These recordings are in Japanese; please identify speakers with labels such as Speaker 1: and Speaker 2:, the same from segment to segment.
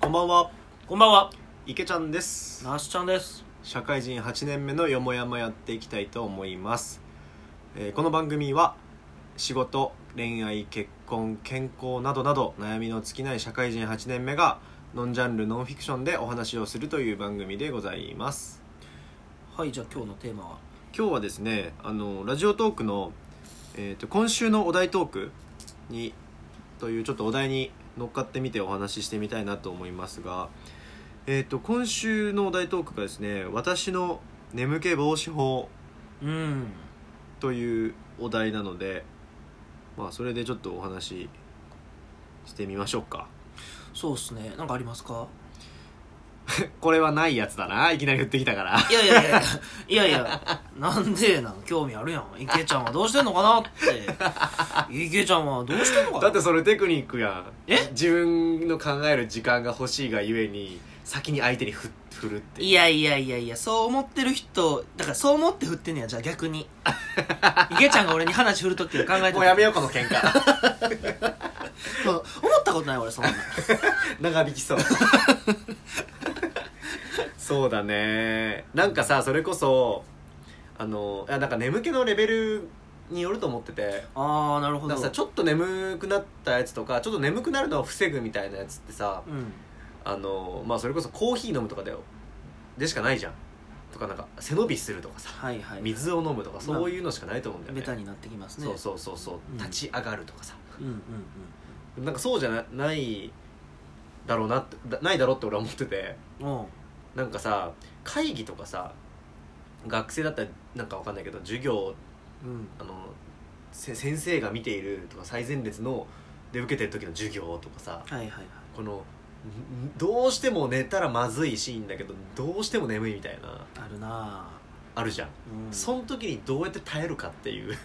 Speaker 1: こんばんは
Speaker 2: こんばんは、
Speaker 1: 池ちゃんです
Speaker 2: なしちゃんです。
Speaker 1: 社会人8年目のよもやまやっていきたいと思います、えーこの番組は仕事恋愛結婚健康などなど悩みの尽きない社会人8年目がノンジャンルノンフィクションでお話をするという番組でございます
Speaker 2: はい、じゃあ今日のテーマは、
Speaker 1: 今日はですねあのラジオトークの、えー、と今週のお題トークにというちょっとお題に乗っかってみてお話ししてみたいなと思いますが、えー、と今週のお題トークがですね「私の眠気防止法
Speaker 2: うん、」
Speaker 1: というお題なので、まあ、それでちょっとお話ししてみましょうか
Speaker 2: そうっすね。なんかありますか
Speaker 1: これはないやつだないきなり言ってきたから
Speaker 2: いやいやいや、 いやいや、なんでなん興味あるやん。池ちゃんはどうしてんのかなって。池ちゃんはどうしてんのかな
Speaker 1: だってそれテクニックやん
Speaker 2: え
Speaker 1: 自分の考える時間が欲しいがゆえに先に相手にふ振るっていう
Speaker 2: いやいやいやいや、そう思ってる人、だからそう思って振ってんねや、じゃあ 逆に。池ちゃんが俺に話振るときは考えて
Speaker 1: もうやめようこの喧嘩
Speaker 2: う。思ったことない俺、そんな。
Speaker 1: 長引きそうそうだねなんかさそれこそあのいやなんか眠気のレベルによると思ってて
Speaker 2: あー、なるほ
Speaker 1: なん
Speaker 2: ど。
Speaker 1: かさちょっと眠くなったやつとかちょっと眠くなるのを防ぐみたいなやつってさ
Speaker 2: うん。
Speaker 1: あのまあそれこそコーヒー飲むとかだよでしかないじゃんとかなんか背伸びするとかさ
Speaker 2: はいはい。
Speaker 1: 水を飲むとかそういうのしかないと思うんだよね
Speaker 2: ベ、タになってきますね。
Speaker 1: そうそうそうそう、
Speaker 2: うん
Speaker 1: 立ち上がるとかさ
Speaker 2: うんうんうん。
Speaker 1: なんかそうじゃなないだろうなってだないだろうって俺は思ってて
Speaker 2: おう
Speaker 1: なんかさ会議とかさ学生だったらなんかわかんないけど授業
Speaker 2: うん。
Speaker 1: あのせ先生が見ているとか最前列ので受けてる時の授業とかさ
Speaker 2: はいはいはい。
Speaker 1: このんんどうしても寝たらまずいシーンだけどどうしても眠いみたいな
Speaker 2: あるな
Speaker 1: あるじゃん、
Speaker 2: ぁ、うん、
Speaker 1: その時にどうやって耐えるかっていう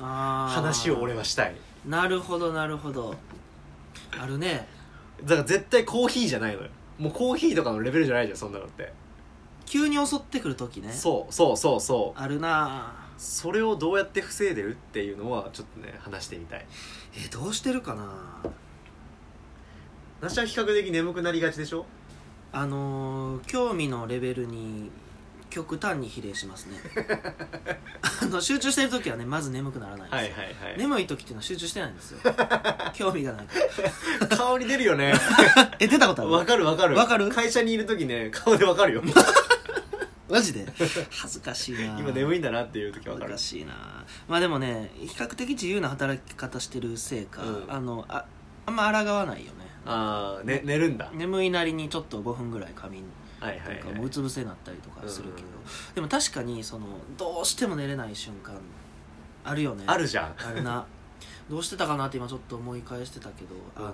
Speaker 2: あー
Speaker 1: 話を俺はしたい
Speaker 2: なるほどなるほどあるね
Speaker 1: だから絶対コーヒーじゃないのよもうコーヒーとかのレベルじゃないじゃんそんなのって
Speaker 2: 急に襲ってくる時ね
Speaker 1: そうそうそうそう
Speaker 2: あるな
Speaker 1: それをどうやって防いでるっていうのはちょっとね話してみたい
Speaker 2: ぁえどうしてるかな
Speaker 1: 私は比較的眠くなりがちでしょ
Speaker 2: あのー、興味のレベルに極端に比例し ますねあの集中してる時はねまず眠くならないんですよ、
Speaker 1: はいはい はい、
Speaker 2: 眠い時っていうのは集中してないんですよ興味がないから
Speaker 1: 顔に出るよ ね
Speaker 2: え出たことある
Speaker 1: わかるわかる
Speaker 2: わかる
Speaker 1: 会社にいる時ね顔でわかるよ
Speaker 2: マジで恥ずかしいなぁ
Speaker 1: 今眠いんだなっていう時わかる
Speaker 2: 難しいなまあでもね比較的自由な働き方してるせいか、
Speaker 1: うん
Speaker 2: あのああんま抗わないよね
Speaker 1: ああ、ね、寝るんだ
Speaker 2: 眠いなりにちょっと5分ぐらい仮眠
Speaker 1: はいはい
Speaker 2: と
Speaker 1: は
Speaker 2: か
Speaker 1: い
Speaker 2: もううつ伏せになったりとかするけど、
Speaker 1: うん
Speaker 2: でも確かにそのどうしても寝れない瞬間あるよね
Speaker 1: あるじゃん
Speaker 2: ある などうしてたかなって今ちょっと思い返してたけど、あのー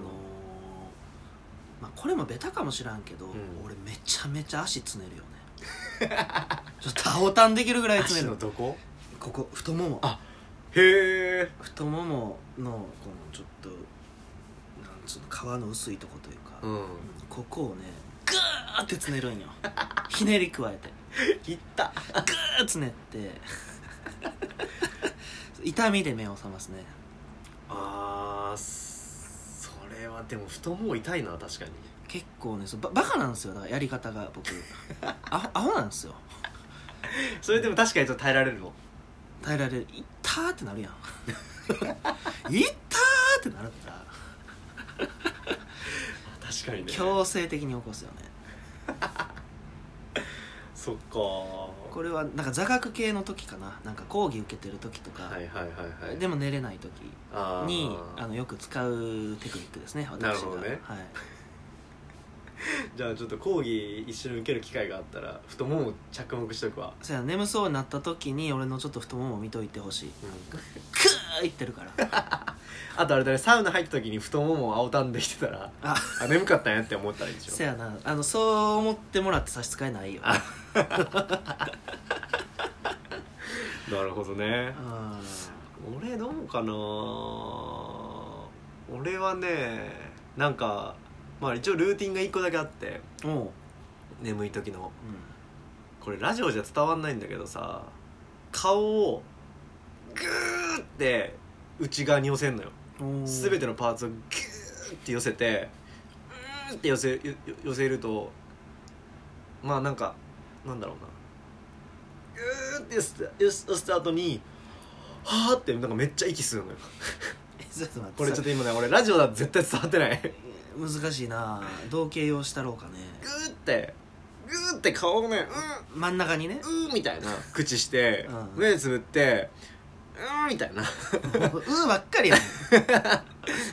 Speaker 2: まあ、これもベタかもしらんけど、
Speaker 1: ん
Speaker 2: 俺めちゃめちゃ足つねるよね ちょっと青タンできるぐらいつね
Speaker 1: 足
Speaker 2: る
Speaker 1: のどこ
Speaker 2: ここ太もも
Speaker 1: あへえ
Speaker 2: 太もものこのちょっとなんつうの皮の薄いとこというか、
Speaker 1: うん
Speaker 2: ここをねグーってつねるんよ ひねり加えて
Speaker 1: いった
Speaker 2: グーッつねって 痛みで目を覚ますね
Speaker 1: あーそれはでも太もも痛いな確かに
Speaker 2: 結構ねそうババカなんですよだからやり方が僕アホアホなんですよ
Speaker 1: それでも確かにちょっと耐えられるの
Speaker 2: 耐えられる「いったー」ってなるやん 「いったー」ってなるから
Speaker 1: 確かにね
Speaker 2: 強制的に起こすよね
Speaker 1: そっかこ
Speaker 2: これはなんか座学系の時かななんか講義受けてる時とか、
Speaker 1: はいはいはいはい
Speaker 2: でも寝れない時
Speaker 1: あー
Speaker 2: にあのよく使うテクニックですね私が
Speaker 1: なるほどね
Speaker 2: はい、
Speaker 1: じゃあちょっと講義一緒に受ける機会があったら太ももを着目しとくわ、
Speaker 2: そや眠そうになった時に俺のちょっと太ももを見といてほしいクーいってるから
Speaker 1: あとあれだねサウナ入った時に太ももを青たんできてたら
Speaker 2: あ
Speaker 1: あ眠かったんやって思ったらいいでし
Speaker 2: そ
Speaker 1: ょ
Speaker 2: やなあのそう思ってもらって差し支えないよ
Speaker 1: あなるほどね
Speaker 2: あ
Speaker 1: 俺どうかな俺はねなんかまあ一応ルーティンが1個だけあって
Speaker 2: ーおう、
Speaker 1: 眠い時の
Speaker 2: う
Speaker 1: これラジオじゃ伝わんないんだけどさ顔をグーって内側に寄せんのよ
Speaker 2: ん、おう
Speaker 1: 全てのパーツをギューって寄せて「うーンって寄せよ寄せるとまあなんかなんだろうなうーって寄せた寄せ寄せた後にはーってなんかめっちゃ息するのよ
Speaker 2: ちょっと待って
Speaker 1: これちょっと今ね俺ラジオだと絶対伝わってない
Speaker 2: 難しいな同型用したろうかね
Speaker 1: グーってグーって顔をね
Speaker 2: 真ん中にね
Speaker 1: うんうーみたいな口して、
Speaker 2: うん
Speaker 1: 目つぶってうーみたいな
Speaker 2: もううーばっかりやね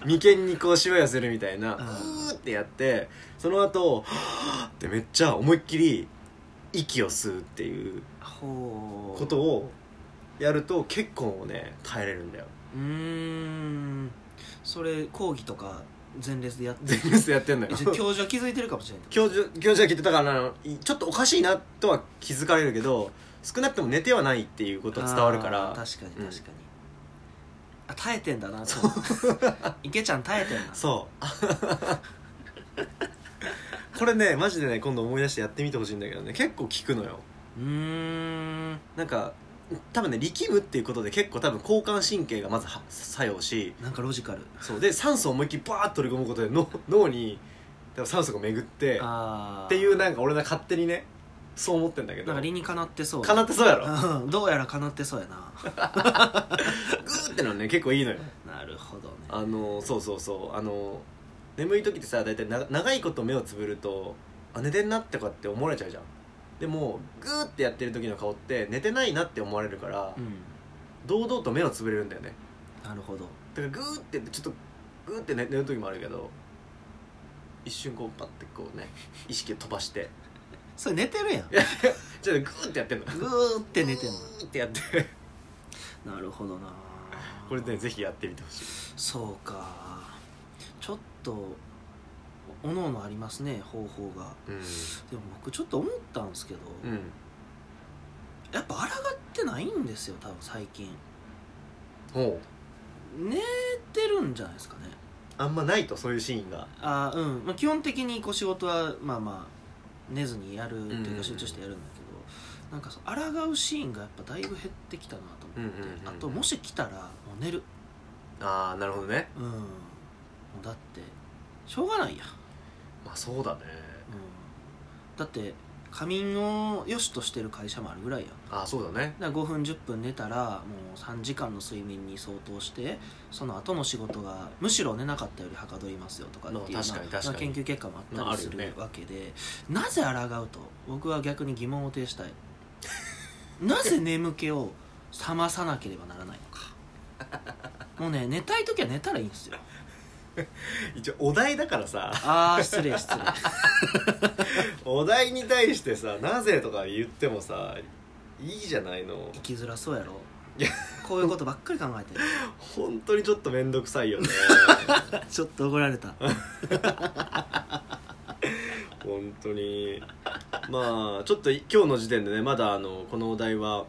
Speaker 1: 眉間にこうしわ寄せるみたいな、
Speaker 2: う
Speaker 1: うんーってやってその後はーってめっちゃ思いっきり息を吸うっていう
Speaker 2: ほう
Speaker 1: ことをやると結構ね耐えれるんだよ
Speaker 2: うーんそれ講義とか前列でやって
Speaker 1: 全然やってんのよ
Speaker 2: 一応教授は気づいてるかもしれない
Speaker 1: 教授教授が聞いてたからあのいちょっとおかしいなとは気づかれるけど少なくとも寝てはないっていうことは伝わるから
Speaker 2: あー確か
Speaker 1: う
Speaker 2: に
Speaker 1: ん
Speaker 2: 確かに、あ耐えてんだなそう 池ちゃん耐えてんな
Speaker 1: そう これねマジでね今度思い出してやってみてほしいんだけどね結構効くのよ
Speaker 2: うーん
Speaker 1: なんか多分ね力むっていうことで結構多分交感神経がまずは作用し
Speaker 2: なんかロジカル
Speaker 1: そうで酸素を思いっきりバーッと取り込むことで脳脳に多分酸素が巡ってっ
Speaker 2: あー
Speaker 1: ていうなんか俺が勝手にねそう思ってんだけ
Speaker 2: な
Speaker 1: ど
Speaker 2: んか理にかなってそう
Speaker 1: かなってそうやろ
Speaker 2: うんどうやらかなってそう やな
Speaker 1: グーってのはね結構いいのよ
Speaker 2: なるほどね
Speaker 1: あのそうそうそうあの眠い時ってさ大体な長いこと目をつぶるとあ寝てんなってかって思われちゃうじゃんでもグーってやってる時の顔って寝てないなって思われるから、
Speaker 2: うん
Speaker 1: 堂々と目をつぶれるんだよね
Speaker 2: なるほど
Speaker 1: だからグーってちょっとグーって寝寝る時もあるけど一瞬こうパッてこうね意識を飛ばして
Speaker 2: それ寝てるやん
Speaker 1: ちょっとグーってやってんの
Speaker 2: ぐーって寝てん
Speaker 1: グーってやって
Speaker 2: のなるほどな
Speaker 1: これねぜひやってみてほしい
Speaker 2: そうかちょっとおのおのありますね方法が
Speaker 1: う
Speaker 2: でも僕ちょっと思ったんですけど、
Speaker 1: ん、うん、
Speaker 2: やっぱ抗ってないんですよ多分最近
Speaker 1: ほう
Speaker 2: 寝てるんじゃないですかね
Speaker 1: あんまないとそういうシーンが
Speaker 2: あーうん、まあ、基本的にこう仕事はまあまあ寝ずにやると
Speaker 1: うん
Speaker 2: いう
Speaker 1: うんう
Speaker 2: か
Speaker 1: ん
Speaker 2: 集中してやるんだけどなんかその抗うシーンがやっぱだいぶ減ってきたなと思って、
Speaker 1: うんうんうん
Speaker 2: あともし来たらもう寝る
Speaker 1: ああなるほどね
Speaker 2: うんもうだってしょうがないや
Speaker 1: まあそうだね
Speaker 2: うんだって仮眠を良しとしてる会社もあるぐらいやん
Speaker 1: あそうだね
Speaker 2: だから5分10分寝たらもう3時間の睡眠に相当してその後の仕事がむしろ寝なかったよりはかどりますよとかっていうような
Speaker 1: まあ確かに確かに
Speaker 2: まあ研究結果もあっ
Speaker 1: ま
Speaker 2: た
Speaker 1: あ
Speaker 2: り
Speaker 1: ある
Speaker 2: す
Speaker 1: よね
Speaker 2: るわけで、なぜ抗うと僕は逆に疑問を呈したい なぜ眠気を覚まさなければならないのかもうね寝たい時は寝たらいいんですよ
Speaker 1: 一応お題だからさ
Speaker 2: ああ失礼失礼
Speaker 1: お題に対してさ「なぜ?」とか言ってもさいいじゃないの
Speaker 2: 生きづらそうやろ
Speaker 1: いや
Speaker 2: こういうことばっかり考えてる
Speaker 1: 本当にちょっと面倒くさいよね
Speaker 2: ちょっと怒られた
Speaker 1: 本当にまあちょっと今日の時点でねまだあのこのお題は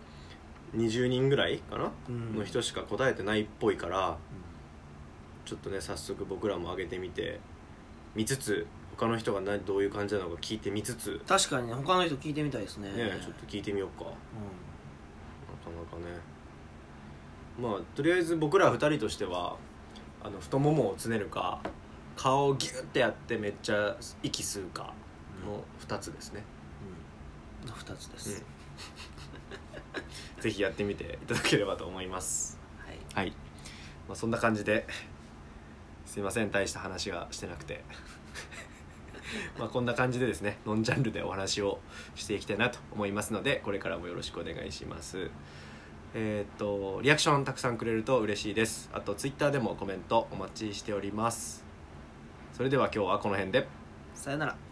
Speaker 1: 20人ぐらいかな、
Speaker 2: うん
Speaker 1: の人しか答えてないっぽいから
Speaker 2: う
Speaker 1: ちょっとね早速僕らも上げてみて見つつ他の人が何どういう感じなのか聞いてみつつ
Speaker 2: ん確かにね他の人聞いてみたいですね
Speaker 1: ねちょっと聞いてみようかなかなかねまあとりあえず僕ら2人としてはあの太ももをつねるか顔をギュッてやってめっちゃ息吸うか
Speaker 2: うん
Speaker 1: の2つですね、
Speaker 2: うんの2つです、
Speaker 1: ぜひやってみていただければと思います
Speaker 2: はい
Speaker 1: はい、まあ、そんな感じですいません大した話がしてなくて まあこんな感じでですねノンジャンルでお話をしていきたいなと思いますのでこれからもよろしくお願いしますえーっとリアクションたくさんくれると嬉しいですあとツイッターでもコメントお待ちしておりますそれでは今日はこの辺で
Speaker 2: さよなら